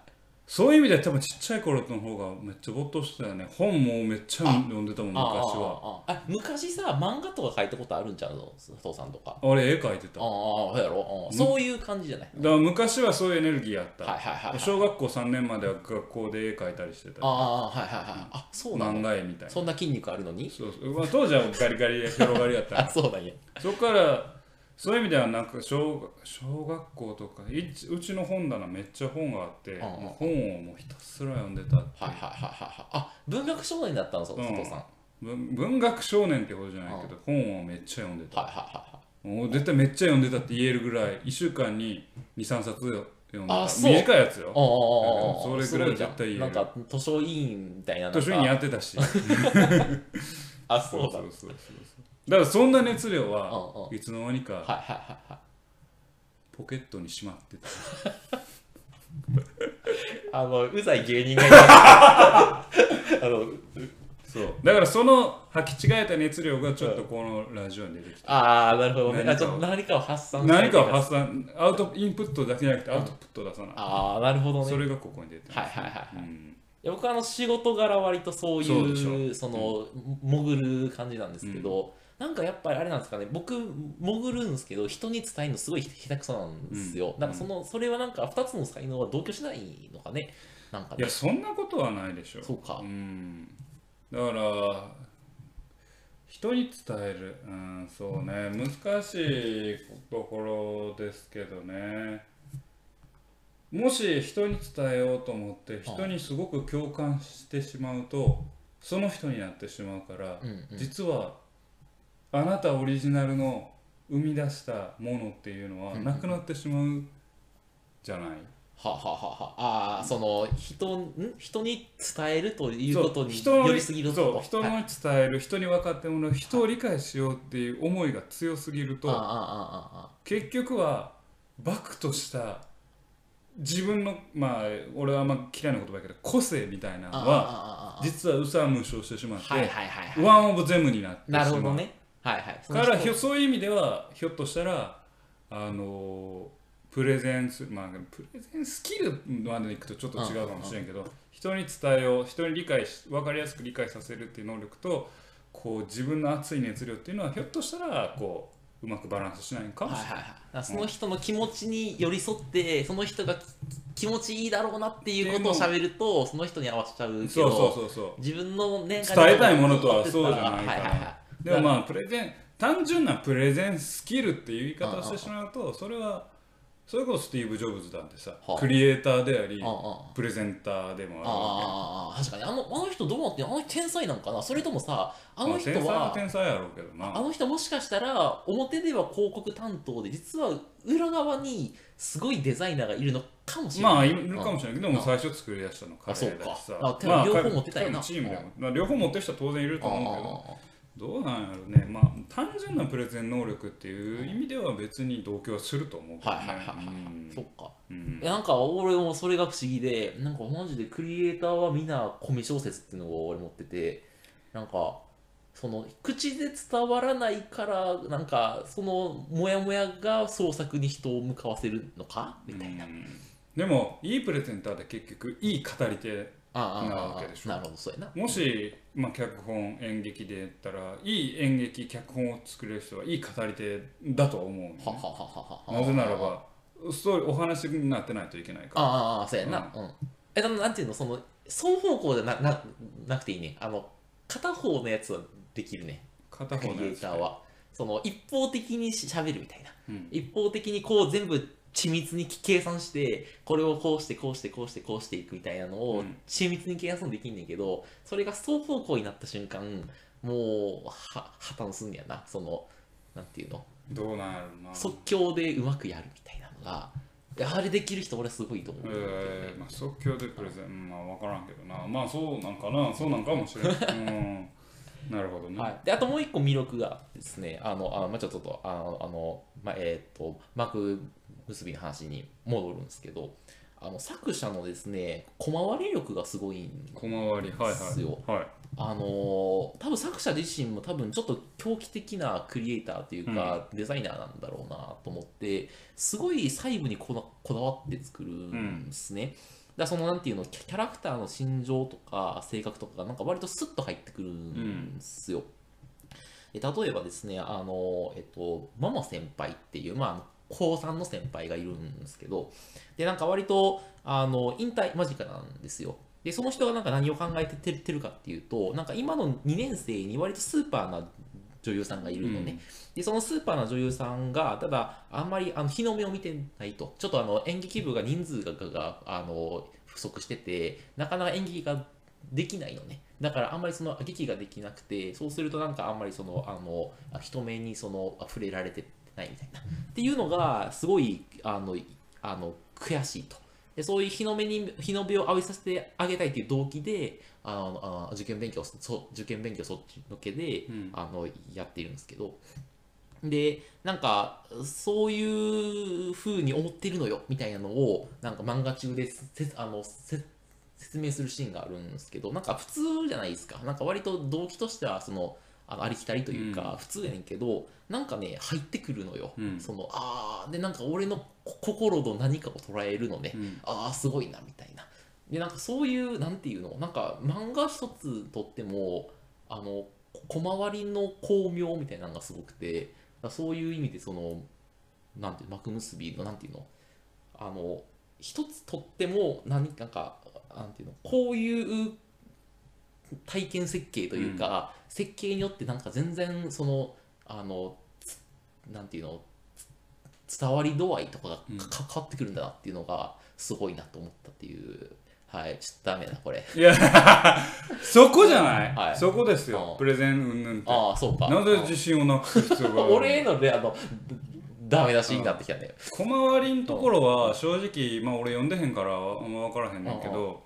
Speaker 1: そういう意味では多分ちっちゃい頃の方がめっちゃ没頭してたよね本もめっちゃ読んでたもん昔は
Speaker 2: はああああ昔さ漫画とか書いたことあるんちゃうの佐藤さんとか
Speaker 1: 俺絵描いて
Speaker 2: あ
Speaker 1: た
Speaker 2: あああそうやろ、うんそういう感じじゃない
Speaker 1: だから昔はそういうエネルギーやった、
Speaker 2: はいはいはいはい
Speaker 1: 小学校3年までは学校で絵描いたりしてた
Speaker 2: ああはいはいはいあそうな
Speaker 1: 漫
Speaker 2: の
Speaker 1: 画絵みたいな
Speaker 2: そんな筋肉あるのに
Speaker 1: そうそうまあ、当時はガリガリ広がりやった か
Speaker 2: あそうなんや
Speaker 1: らそこからそういう意味ではなんか小小学校とかいちうちの本棚めっちゃ本があって、
Speaker 2: ん
Speaker 1: もう本をもうひたすら読んでたってい
Speaker 2: はいはいうはいはいはいあ文学少年だったの佐藤さん、はい
Speaker 1: 文文学少年ってことじゃないけど、本をめっちゃ読んでた
Speaker 2: はいはいはい
Speaker 1: もう絶対めっちゃ読んでたって言えるぐらい1週間に23冊読んでた
Speaker 2: あそう
Speaker 1: 短いやつよ
Speaker 2: ああああああ
Speaker 1: それぐらい絶対言える
Speaker 2: なんか図書委員みたいななんか
Speaker 1: 図書院やってたし
Speaker 2: あそう
Speaker 1: そ
Speaker 2: だ
Speaker 1: うそうそうそうだからそんな熱量
Speaker 2: うん
Speaker 1: はいつの間にか
Speaker 2: はいはいはいはい
Speaker 1: ポケットにしまってた
Speaker 2: あのうざい芸人がいたあの
Speaker 1: そうだからその履き違えた熱量がちょっとこのラジオに出てきた、
Speaker 2: ああなるほどね
Speaker 1: 何かを
Speaker 2: あちょっと何かを発散したい
Speaker 1: 何かを発散アウトインプットだけじゃなくてアウトプットを出さない、
Speaker 2: ああなるほどね
Speaker 1: それがここに出て
Speaker 2: はいはいはいはい
Speaker 1: うん
Speaker 2: いや僕あの仕事柄割とそう
Speaker 1: そう
Speaker 2: い
Speaker 1: でし
Speaker 2: う
Speaker 1: ょ
Speaker 2: その潜る感じなんですけど、なんかやっぱりあれなんですかね僕潜るんですけど人に伝えるのすごい下手くそなんですよ、
Speaker 1: うん
Speaker 2: なんかそのそれはなんか2つの才能は同居しないのかねなんか
Speaker 1: い
Speaker 2: ね
Speaker 1: やそんなことはないでしょ
Speaker 2: そうか
Speaker 1: んだから人に伝える、うん、そうね難しいところですけどねもし人に伝えようと思って人にすごく共感してしまうとその人になってしまうから、
Speaker 2: うんうん
Speaker 1: 実はあなたオリジナルの生み出したものっていうのはなくなってしまうじゃない、
Speaker 2: はあ、はあはあはああー、その人ん人に伝えるという
Speaker 1: そう
Speaker 2: ことに
Speaker 1: 人の
Speaker 2: よりすぎると
Speaker 1: そう人
Speaker 2: はい
Speaker 1: の伝える、人に分かってもらう人を理解しようっていう思いが強すぎる
Speaker 2: あ
Speaker 1: と
Speaker 2: あああああ
Speaker 1: 結局はバクとした自分のまあ俺はあんま嫌いな言葉やけど個性みたいなの
Speaker 2: ああ
Speaker 1: は
Speaker 2: ああああ
Speaker 1: 実はうさむしをしてしまって、
Speaker 2: はいはいはいはい
Speaker 1: ワン・オブ・ゼムになってしま
Speaker 2: な
Speaker 1: う
Speaker 2: るほどねはいはいその
Speaker 1: か
Speaker 2: 人
Speaker 1: らひょそういう意味ではひょっとしたらあのープレゼンスまあプレゼンスキルまでいくとちょっと違うかもしれんけど人に伝えよう人に理解し分かりやすく理解させるっていう能力とこう自分の熱い熱量っていうのはひょっとしたらこううまくバランスしないんかもし
Speaker 2: はい
Speaker 1: れない
Speaker 2: はいはい、だからその人の気持ちに寄り添って、その人がき気持ちいいだろうなっていうことを喋るとその人に合わせちゃうけど
Speaker 1: そうそうそうそ
Speaker 2: 自分の年
Speaker 1: 伝えたいものとはそうじゃないから
Speaker 2: はいはいは
Speaker 1: うでもまあプレゼン単純なプレゼンスキルっていう言い方をしてしまうとそれはそれこそスティーブ・ジョブズだってさ
Speaker 2: はあ
Speaker 1: クリエイターであり
Speaker 2: い、あ
Speaker 1: プレゼンターでも
Speaker 2: ああ
Speaker 1: あ
Speaker 2: あ
Speaker 1: るわ
Speaker 2: あああ確かにあのあの人どう思ってんのあの人天才なんかなそれともさ
Speaker 1: け
Speaker 2: あの人
Speaker 1: まあ
Speaker 2: は
Speaker 1: 天才は天才やろうけど
Speaker 2: あ
Speaker 1: な
Speaker 2: の人もしかしたら表では広告担当で実は裏側にすごいデザイナーがいるのかもしれない。
Speaker 1: まあいるかもしれないけどでも
Speaker 2: あ
Speaker 1: 最初作り出したの彼だしさ
Speaker 2: あそうか
Speaker 1: まあ
Speaker 2: 両方持ってた
Speaker 1: 彼
Speaker 2: よな
Speaker 1: のチームでもまあ両方持ってる人は当然いると
Speaker 2: ああ
Speaker 1: 思うけどどうなんやろうね、まあ、単純なプレゼン能力っていう意味では別に同居はすると思うけど
Speaker 2: ああ
Speaker 1: ね
Speaker 2: はいはいはいは
Speaker 1: うん
Speaker 2: い。そっか。
Speaker 1: うん
Speaker 2: いやなんか俺もそれが不思議でなんかマジでクリエイターはみんなコミ小説っていうのを俺持っててなんかその口で伝わらないからなんかそのモヤモヤが創作に人を向かわせるのかみたいな、
Speaker 1: うんでもいいプレゼンターで結局いい語り手
Speaker 2: ああああ
Speaker 1: なわ
Speaker 2: あ
Speaker 1: けでし
Speaker 2: あ
Speaker 1: ょ
Speaker 2: なるほどそうやな
Speaker 1: もし、まあ、脚本演劇で言ったらいい演劇脚本を作れる人はいい語り手だと思うよね、
Speaker 2: はははははは
Speaker 1: なぜならばストーリーお話になってないといけないから
Speaker 2: ああああそうやなうん、えななんていうのその双方向じゃなななくていいねあの片方のやつはできるね
Speaker 1: 片
Speaker 2: ク
Speaker 1: 方の
Speaker 2: リエ
Speaker 1: や
Speaker 2: イ
Speaker 1: つ
Speaker 2: ターはその一方的にしゃべるみたいな
Speaker 1: うん
Speaker 2: 一方的にこう全部緻密に計算してこれをこうしてこうしてこうしてこうしていくみたいなの
Speaker 1: う
Speaker 2: を
Speaker 1: ん
Speaker 2: 緻密に計算できんねんけど、それが双方向になった瞬間もうは破綻すんねやなそのなんていうの
Speaker 1: どうなんやろうな
Speaker 2: 即興でうまくやるみたいなのがいやあれできる人俺すごいと思う、
Speaker 1: えーまあ、即興でプレゼン、うんまあ、分からんけどなまあそうなんかなそうなんかもし れない、うん、なるほどね、
Speaker 2: はい、であともう一個魅力があってですねあのあまあちょっとあのあの、まあえー、と幕結びの話に戻るんですけどあの作者のですね小回り力がすごいん
Speaker 1: 小回りはいはい
Speaker 2: ですよ
Speaker 1: はい
Speaker 2: あのー多分作者自身も多分ちょっと狂気的なクリエイターというか、デザイナーなんだろうなと思ってすごい細部にこだこだわって作るんですね、だからそのなんていうのキャキャラクターの心情とか性格とかがなんか割とスッと入ってくるんですよ、で例えばですねあのえっとママ先輩っていうまああの高3の先輩がいるんですけどでなんか割とあの引退間近なんですよでその人がなんか何を考えてててるかっていうとなんか今の2年生に割とスーパーな女優さんがいるのね、
Speaker 1: うん
Speaker 2: でそのスーパーな女優さんがただあんまりあの日の目を見てないとちょっとあの演劇部が人数がががあの不足しててなかなか演劇ができないのねだからあんまりその劇ができなくてそうするとなんかあんまりそのあのあ人目にそのあ触れられてないみたいなっていうのがすごいあのいあの悔しいとでそういう日の目に日の目を浴びさせてあげたいという動機であのあの受験勉強をそう受験勉強そっちのけで、
Speaker 1: うん
Speaker 2: あのやっているんですけどでなんかそういう風に思ってるのよみたいなのをなんか漫画中でせあのせ説明するシーンがあるんですけどなんか普通じゃないですかなんか割と動機としてはそのあのありきたりというか普通やねんけど、なんかね入ってくるのよ、
Speaker 1: うん
Speaker 2: そのあーでなんか俺のこ心の何かを捉えるのね、
Speaker 1: うん
Speaker 2: ああすごいなみたいなでなんかそういうなんていうのなんか漫画一つとってもあのこ小回りの巧妙みたいなのがすごくてだからそういう意味でそのなんていう幕結びのなんていうのあの一つとっても何なんかなんていうのこういう体験設計というか、設計によってなんか全然そのあのつなんていうのつ伝わり度合いとかがか
Speaker 1: うん
Speaker 2: か変わってくるんだなっていうのがすごいなと思ったっていうはいちょっとダメだこれ
Speaker 1: いやそこじゃない、
Speaker 2: はい
Speaker 1: そこです
Speaker 2: う
Speaker 1: よ
Speaker 2: ん
Speaker 1: プレゼンうんぬんって
Speaker 2: ああそうか
Speaker 1: なぜ自信をなくす必要
Speaker 2: あ
Speaker 1: がある
Speaker 2: 俺へのねあのダメ出しになってきたね
Speaker 1: 小回りのところは正直、まあ、俺読んでへんからあんま分からへんねんけど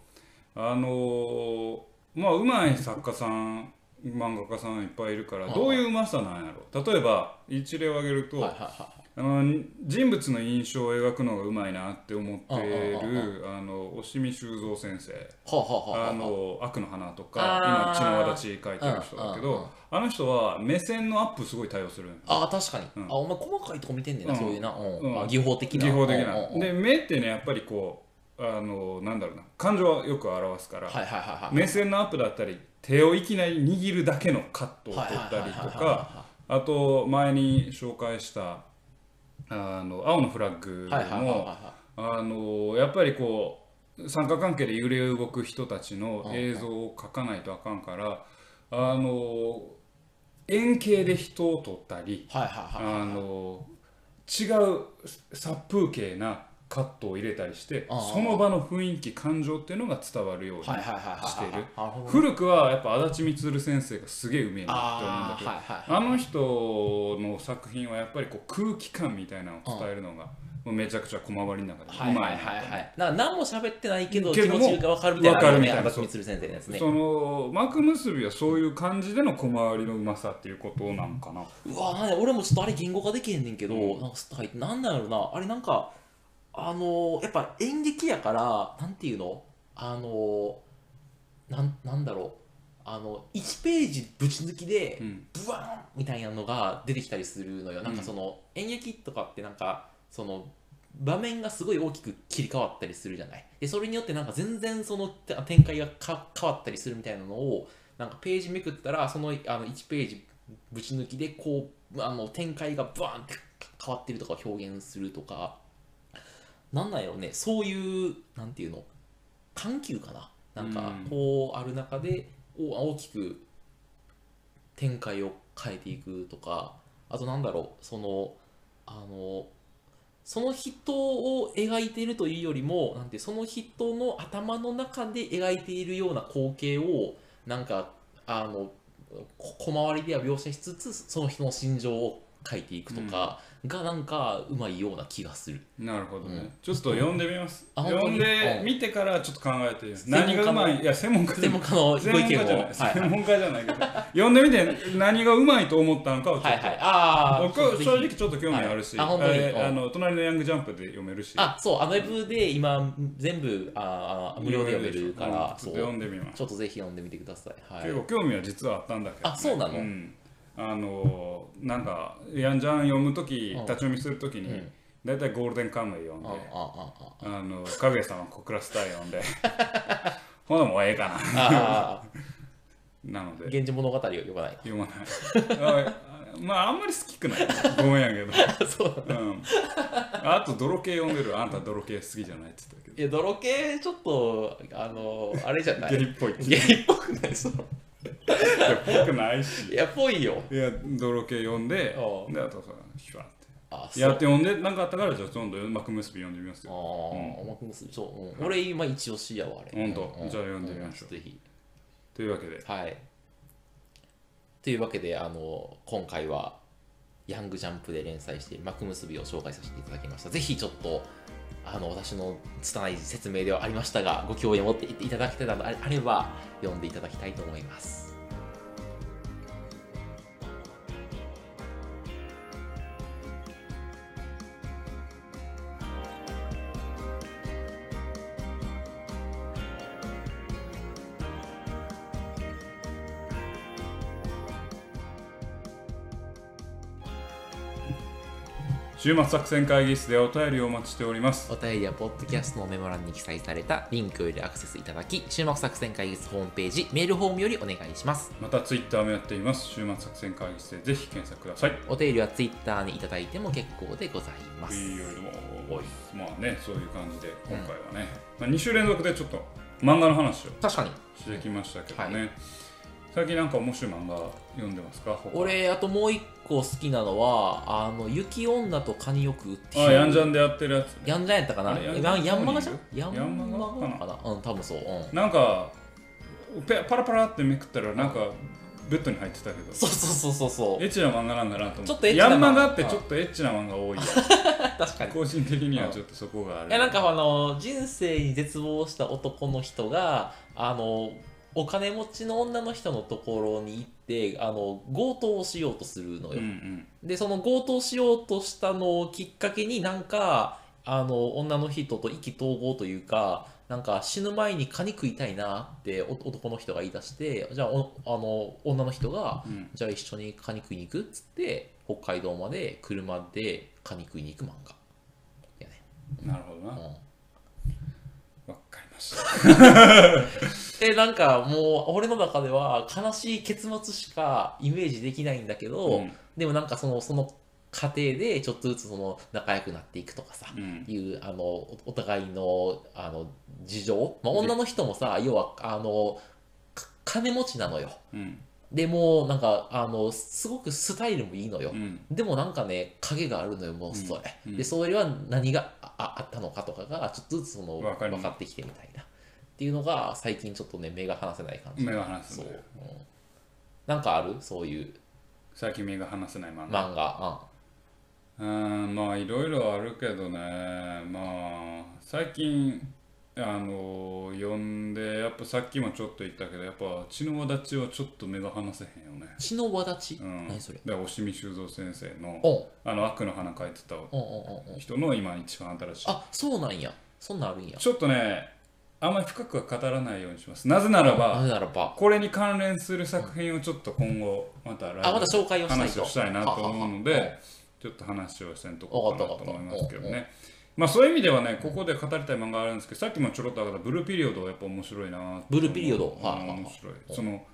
Speaker 1: あのーまあうまい作家さん漫画家さんいっぱいいるから
Speaker 2: うん
Speaker 1: どういううまさなんやろ例えば一例を挙げると、
Speaker 2: はいはいは
Speaker 1: あの人物の印象を描くのがうまいなって思って
Speaker 2: うんうんう
Speaker 1: るあの押見修造先生
Speaker 2: いはあはあはあは
Speaker 1: あ
Speaker 2: あ
Speaker 1: の悪の花と
Speaker 2: あ
Speaker 1: か今
Speaker 2: ー
Speaker 1: 血の轍描いてる人だけ
Speaker 2: うんうんうん
Speaker 1: どあの人は目線のアップすごい対応するんよ
Speaker 2: ああ確かに、
Speaker 1: うん
Speaker 2: あお前細かいとこ見てんねんな、
Speaker 1: うん
Speaker 2: そういうな、うん
Speaker 1: うん
Speaker 2: あ技法的な
Speaker 1: 技法的
Speaker 2: うんうんう
Speaker 1: なんで目ってねやっぱりこうあのなんだろうな感情はよく表すから、
Speaker 2: はいはいはいはい
Speaker 1: 目線のアップだったり手をいきなり握るだけのカットを取ったりと
Speaker 2: はいはいはいはいはい
Speaker 1: か
Speaker 2: は
Speaker 1: あと前に紹介したあの青のフラッグ
Speaker 2: はいはいはいはい
Speaker 1: も
Speaker 2: は
Speaker 1: あのやっぱりこう三角関係で揺れ動く人たちの映像を描かないとあかんからあの円形で人を撮ったり
Speaker 2: いはいはいはい
Speaker 1: あの違う殺風景なカットを入れたりして
Speaker 2: あー
Speaker 1: その場の雰囲気感情っていうのが伝わるように
Speaker 2: はいはいはいはい
Speaker 1: してる
Speaker 2: なるほどね
Speaker 1: 古くはやっぱ足立光先生がすげえうめえなって思うんだ
Speaker 2: あ
Speaker 1: け
Speaker 2: ー
Speaker 1: ど
Speaker 2: はいはいはい
Speaker 1: あの人の作品はやっぱりこう空気感みたいなのを伝えるのがもうめちゃくちゃ駒張りの中でうま
Speaker 2: はいい
Speaker 1: な
Speaker 2: はい
Speaker 1: と
Speaker 2: はいはいなんか何も喋ってないけど
Speaker 1: け
Speaker 2: 気
Speaker 1: ども
Speaker 2: 持ちが分かるみたいなのがね
Speaker 1: わかるみたいな
Speaker 2: 足立みつる先生のやつね
Speaker 1: その幕結びはそういう感じでの小回りのうまさっていうことなんかな
Speaker 2: うわなんや俺もちょっとあれ言語化できへんねんけど、
Speaker 1: う
Speaker 2: なんかスッと入ってなんなんやろなあれなんかあのーやっぱ演劇やからなんていうのあのーなんなんだろうあの1ページぶち抜きで
Speaker 1: うん
Speaker 2: ブワーンみたいなのが出てきたりするのよ、なん
Speaker 1: う
Speaker 2: か
Speaker 1: ん
Speaker 2: その演劇とかってなんかその場面がすごい大きく切り替わったりするじゃないでそれによってなんか全然そのて展開がか変わったりするみたいなのをなんかページめくったらそのあの1ページぶち抜きでこうあの展開がバーンって変わってるとか表現するとかなんなんやろねそういうなんていうの緩急かななんか
Speaker 1: うん
Speaker 2: こうある中でお大きく展開を変えていくとかあとなんだろうそのあのその人を描いているというよりもなんてその人の頭の中で描いているような光景をなんかあのこ小回りでは描写しつつその人の心情を描いていくとかがなんかうまいような気がする。
Speaker 1: なるほどね、
Speaker 2: うん
Speaker 1: ちょっと読んでみます
Speaker 2: あ本当
Speaker 1: 読ん
Speaker 2: に
Speaker 1: で
Speaker 2: うん
Speaker 1: 見てからちょっと考えて
Speaker 2: 専門
Speaker 1: 何
Speaker 2: 家
Speaker 1: が
Speaker 2: の
Speaker 1: うまいいや専門家じゃ
Speaker 2: 専
Speaker 1: ない
Speaker 2: 門家のご
Speaker 1: 専門
Speaker 2: 意
Speaker 1: 家じ
Speaker 2: 見
Speaker 1: ゃ
Speaker 2: を。
Speaker 1: ない
Speaker 2: はい
Speaker 1: 専門家じゃないけど読んでみて何がうまいと思ったのかをちょっと、
Speaker 2: はいはい。ああ、
Speaker 1: 僕
Speaker 2: そうぜひ
Speaker 1: 正直ちょっと興味あるし、
Speaker 2: はいあ本当に
Speaker 1: えー
Speaker 2: うん
Speaker 1: あの隣のヤングジャンプで読めるし
Speaker 2: あ、そう、アドウェブで今、全部ああ無料で読めるか
Speaker 1: うん
Speaker 2: ら、
Speaker 1: ちょ
Speaker 2: そ
Speaker 1: っ
Speaker 2: う
Speaker 1: と読んでみます
Speaker 2: ちょっとぜひ読んでみてください。はい
Speaker 1: 結。構興味は実はあったんだけど、
Speaker 2: あそうなの
Speaker 1: んあのなんかヤンジャン読む時
Speaker 2: う
Speaker 1: 立
Speaker 2: ん
Speaker 1: ち読みする時
Speaker 2: う
Speaker 1: に
Speaker 2: ん
Speaker 1: 大体、ゴールデンカムイ読ん
Speaker 2: あ
Speaker 1: で
Speaker 2: ああ
Speaker 1: 「
Speaker 2: あ
Speaker 1: あのかぐや様小倉スター」読んで ほなもうええか
Speaker 2: あああ
Speaker 1: ななの
Speaker 2: あ、
Speaker 1: で
Speaker 2: 源氏物語を読まない。
Speaker 1: 読まない あまああんまり好きくないごめんやけど、
Speaker 2: そう。
Speaker 1: うん、あと泥系読んでるあんた泥系好きじゃないって言ってたけ
Speaker 2: いや、泥系、ちょっと、あの、あれじゃな
Speaker 1: ど
Speaker 2: い。
Speaker 1: ゲリっぽいって
Speaker 2: ゲリっぽくないそう。
Speaker 1: ぽくないし
Speaker 2: いや、ぽいよ。
Speaker 1: いや泥系読んで
Speaker 2: ああ
Speaker 1: であとさシュワって
Speaker 2: あ、そう。
Speaker 1: やって読んでなんかあったからじゃあどんどん幕結び読んでみます
Speaker 2: あ
Speaker 1: よ
Speaker 2: あ、思ってますそう、うん俺今一押しやわ、あれ。
Speaker 1: ほんと
Speaker 2: うう
Speaker 1: じゃあ読んでみましょう
Speaker 2: ぜひ。
Speaker 1: というわけで
Speaker 2: はい。というわけで、あの今回は、ヤングジャンプで連載している幕結びを紹介させていただきました。ぜひちょっと、あの私の拙い説明ではありましたが、ご興味を持っていただきたいのであれば、読んでいただきたいと思います。
Speaker 1: 週末作戦会議室でお便りをお待ちしております
Speaker 2: お便りはポッドキャストのメモ欄に記載されたリンクよりアクセスいただき、注目作戦会議室ホームページ、メールフォームよりお願いします。
Speaker 1: またツイッターもやっています週末作戦会議室でぜひ検索ください
Speaker 2: お便りは Twitter にいただいても結構でございます。
Speaker 1: いいよりも
Speaker 2: おい
Speaker 1: まあねそういう感じで今回はね、まあ、2週連続でちょっと漫画の話を
Speaker 2: 確かに。
Speaker 1: してきましたけどね、
Speaker 2: は
Speaker 1: 最近なんか面白い漫画読んでますか他
Speaker 2: 俺あともう一個好きなのはあの雪女とカニ欲って
Speaker 1: あ
Speaker 2: いう
Speaker 1: やんじゃんでやってるやつ
Speaker 2: やんじゃんやったかな
Speaker 1: あれやんじ
Speaker 2: や
Speaker 1: ゃん
Speaker 2: んやんまがじゃん
Speaker 1: や
Speaker 2: や
Speaker 1: ん
Speaker 2: ん
Speaker 1: まが
Speaker 2: まがかなうん多分そううん
Speaker 1: なんかペパラパラってめくったらなんかベッドに入ってたけど
Speaker 2: そうそうそうそうそう
Speaker 1: エッチな漫画なんだなと思って
Speaker 2: ちょっとエッチな漫画
Speaker 1: ヤンマガってちょっとエッチな漫画多いよ
Speaker 2: 確かに
Speaker 1: 個人的にはちょっとそこがある
Speaker 2: いやなんかあの人生に絶望した男の人があのお金持ちの女の人のところに行ってあの強盗をしようとするの
Speaker 1: うんう
Speaker 2: よ、
Speaker 1: ん
Speaker 2: でその強盗しようとしたのをきっかけになんかあの女の人と意気投合というかなんか死ぬ前にカニ食いたいなってお男の人が言い出してじゃあおあの女の人が
Speaker 1: うん
Speaker 2: じゃあ一緒にカニ食いに行くっつって北海道まで車でカニ食いに行く漫画やね、
Speaker 1: なるほどなわ
Speaker 2: うん
Speaker 1: かりまし。
Speaker 2: えなんかもう俺の中では悲しい結末しかイメージできないんだけど、
Speaker 1: うん
Speaker 2: でもなんかそのその過程でちょっとずつその仲良くなっていくとかさ、
Speaker 1: うん
Speaker 2: いうあのおお互いのあの事情、まあ、女の人もさ要はあのか金持ちなのよ
Speaker 1: うん。
Speaker 2: でもうなんかあのすごくスタイルもいいのよ、
Speaker 1: うん。
Speaker 2: でもなんかね影があるのよもうそれ、
Speaker 1: うんうん
Speaker 2: でそれは何があああったのかとかがちょっとずつその
Speaker 1: わ
Speaker 2: 分
Speaker 1: か
Speaker 2: か
Speaker 1: ります
Speaker 2: ってきてみたいなっていうのが最近ちょっとね目が離せない感じ
Speaker 1: 目が離せ
Speaker 2: そ
Speaker 1: な
Speaker 2: う、
Speaker 1: い
Speaker 2: うん、なんかあるそういう
Speaker 1: 最近目が離せない漫画。
Speaker 2: 漫画、
Speaker 1: うん、まあいろいろあるけどね、まあ最近あの読んでやっぱさっきもちょっと言ったけどやっぱ血の輪立ちはちょっと目が離せへんよね
Speaker 2: う。ん、血の輪立ち、
Speaker 1: うん、
Speaker 2: 何それ
Speaker 1: だから押見修造先生
Speaker 2: お
Speaker 1: の
Speaker 2: ん
Speaker 1: あの悪の花書いてた
Speaker 2: おんおんおんおん
Speaker 1: 人の今一番新しい。
Speaker 2: あそうなんやそんなんあるんや
Speaker 1: ちょっとねあんまり深くは語らないようにします。なぜなら
Speaker 2: な
Speaker 1: ば
Speaker 2: ぜならば
Speaker 1: これに関連する作品をちょっと今後また来
Speaker 2: あまた紹介をしたい
Speaker 1: 話
Speaker 2: と
Speaker 1: をしたいなと思うの
Speaker 2: ははは
Speaker 1: でちょっと話をせんとこうかなと
Speaker 2: わかった
Speaker 1: 思
Speaker 2: わ
Speaker 1: い
Speaker 2: かった
Speaker 1: ますけどねまあそういう意味ではねここで語りたい漫画あるんですけどさっきもちょろっとあったブルーピリオドはやっぱ面白いなと思う
Speaker 2: ブルーピリオド
Speaker 1: うん
Speaker 2: はいはいはい
Speaker 1: 面白いその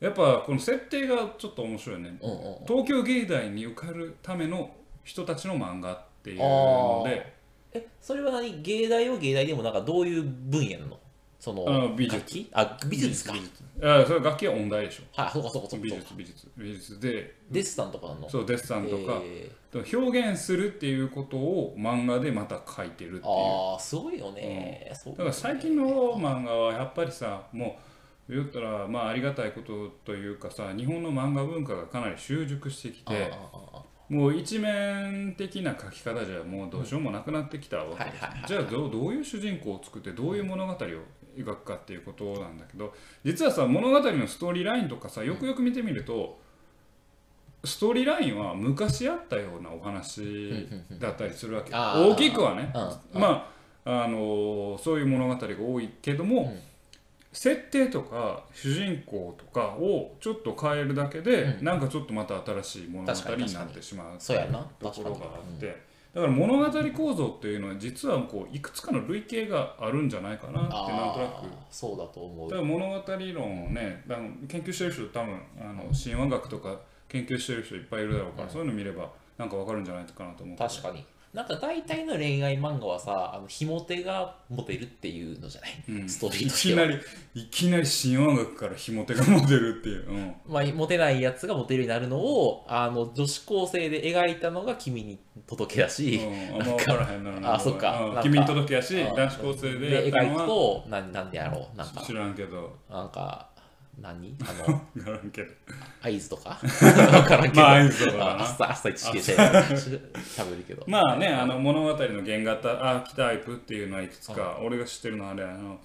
Speaker 1: やっぱこの設定がちょっと面白いね
Speaker 2: うんうんうん
Speaker 1: 東京芸大に受かるための人たちの漫画っていうので
Speaker 2: えそれは何芸大は芸大でもなんかどういう分野なのそ
Speaker 1: あ
Speaker 2: の
Speaker 1: の美術
Speaker 2: 楽器あ美術か
Speaker 1: あそれ楽器は音大でしょ
Speaker 2: はいそうかそうかそうか
Speaker 1: 美
Speaker 2: そう
Speaker 1: 術
Speaker 2: か
Speaker 1: 美術美術で
Speaker 2: デッサンとかあんの
Speaker 1: そうデッサンとか
Speaker 2: え
Speaker 1: 表現するっていうことを漫画でまた書いてるっていう
Speaker 2: ー、ああすごいよね、そう
Speaker 1: だから最近の漫画はやっぱりさもう言ったらまあありがたいことというかさ日本の漫画文化がかなり習熟してき
Speaker 2: あー
Speaker 1: て
Speaker 2: あ
Speaker 1: もう一面的な書き方じゃもうどうしようもなくなってきたわけ
Speaker 2: はい
Speaker 1: で
Speaker 2: はいはいは
Speaker 1: す
Speaker 2: い
Speaker 1: じゃあどうどういう主人公を作ってどういう物語を描くかっていうことなんだけど実はさ物語のストーリーラインとかさよくよく見てみると、ストーリーラインは昔あったようなお話だったりするわけ、
Speaker 2: うんうんうん
Speaker 1: 大きくはね、
Speaker 2: うん
Speaker 1: まあ、あのーそういう物語が多いけども、
Speaker 2: うん
Speaker 1: 設定とか主人公とかをちょっと変えるだけで、
Speaker 2: うん
Speaker 1: なんかちょっとまた新しい物
Speaker 2: 確か
Speaker 1: 語
Speaker 2: に
Speaker 1: に
Speaker 2: 確
Speaker 1: な
Speaker 2: かに
Speaker 1: ってしまう
Speaker 2: そうやな
Speaker 1: ところがあっ
Speaker 2: 確
Speaker 1: て、だから物語構造っていうのは実はこういくつかの類型があるんじゃないかなって
Speaker 2: あ
Speaker 1: なんとなく
Speaker 2: ーそうだと思う
Speaker 1: だから物語論をねあの研究してる人多分あの神話学とか研究してる人いっぱいいるだろうから、そういうの見ればなんかわかるんじゃないかなと思うけど
Speaker 2: 確かになんか大体の恋愛漫画はさあのひも手がモテるっていうのじゃない、
Speaker 1: うん
Speaker 2: ストーリー
Speaker 1: い
Speaker 2: として
Speaker 1: き
Speaker 2: は
Speaker 1: なりいきなり神話学から紐手が持てるっていう、うん、
Speaker 2: まあ、モテないやつがモテるようになるのをあの女子高生で描いたのが君に届けだし、
Speaker 1: うん、あんま分からへんなの
Speaker 2: あそっか
Speaker 1: うん
Speaker 2: なんか
Speaker 1: 君に届けやし
Speaker 2: あ
Speaker 1: 男子高生でや
Speaker 2: で
Speaker 1: った
Speaker 2: 描
Speaker 1: の
Speaker 2: く
Speaker 1: は
Speaker 2: と何なんでやろうなんか
Speaker 1: 知らんけど
Speaker 2: なんか何あ の
Speaker 1: 分からんけど
Speaker 2: 合図と か分からんけど、
Speaker 1: まあ合図とかな
Speaker 2: あ朝朝一系で喋るけど
Speaker 1: まあねあの物語の原型アーキタイプっていうのはいくつか俺が知ってるのはあれあの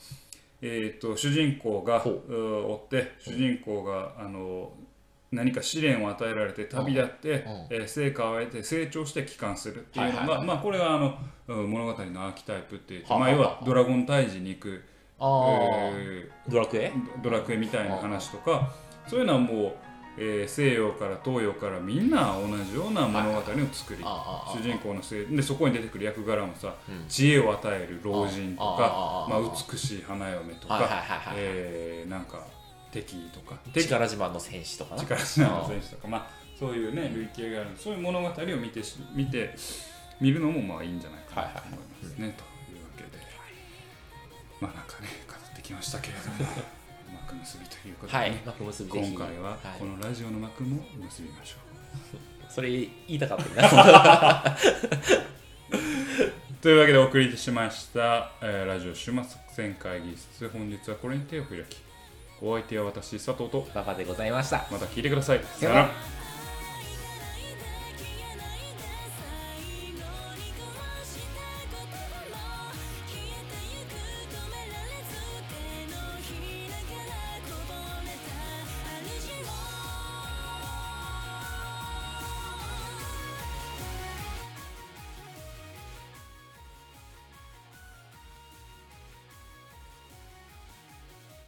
Speaker 1: えー、と主人公が
Speaker 2: ほ
Speaker 1: うー追って主人公があの何か試練を与えられて旅立って
Speaker 2: うんうん、
Speaker 1: えー成果を得て成長して帰還するっていうのが、
Speaker 2: はいはいはい
Speaker 1: まあ、これがあのうん物語のアーキタイプって言って
Speaker 2: はあ
Speaker 1: まあ、要
Speaker 2: はあ
Speaker 1: はドラゴン退治に行く、
Speaker 2: あー、
Speaker 1: えー
Speaker 2: ドラクエ
Speaker 1: ドラクエみたいな話とかそういうのはもう、えー西洋から東洋からみんな同じような物語を作り
Speaker 2: あーあー
Speaker 1: 主人公のせいでそこに出てくる役柄もさ、
Speaker 2: うん
Speaker 1: 知恵を与える老人とか
Speaker 2: ああ
Speaker 1: ま
Speaker 2: あ
Speaker 1: あ、美しい花嫁とか、
Speaker 2: はいはいはいはい
Speaker 1: えーなんか敵とか敵
Speaker 2: 力自慢の戦士とかな
Speaker 1: 力士の選手とかまあそういうね類型があるそういう物語を見てし見て見るのもまあいいんじゃないかなと思いますね、というわけで、まあなんかね語ってきましたけれ どもうまく結びということで、
Speaker 2: はい
Speaker 1: ね
Speaker 2: 幕結びぜひ
Speaker 1: 今回はこのラジオの幕も結びましょ
Speaker 2: それ言いたかった な
Speaker 1: う、というわけでお送りしました、えーラジオ週末戦会議室本日はこれに手を開きお相手は私佐藤と
Speaker 2: バカでございました
Speaker 1: また聞いてくださいさ
Speaker 2: さ
Speaker 1: よ
Speaker 2: よ
Speaker 1: な
Speaker 2: な
Speaker 1: ら
Speaker 2: ら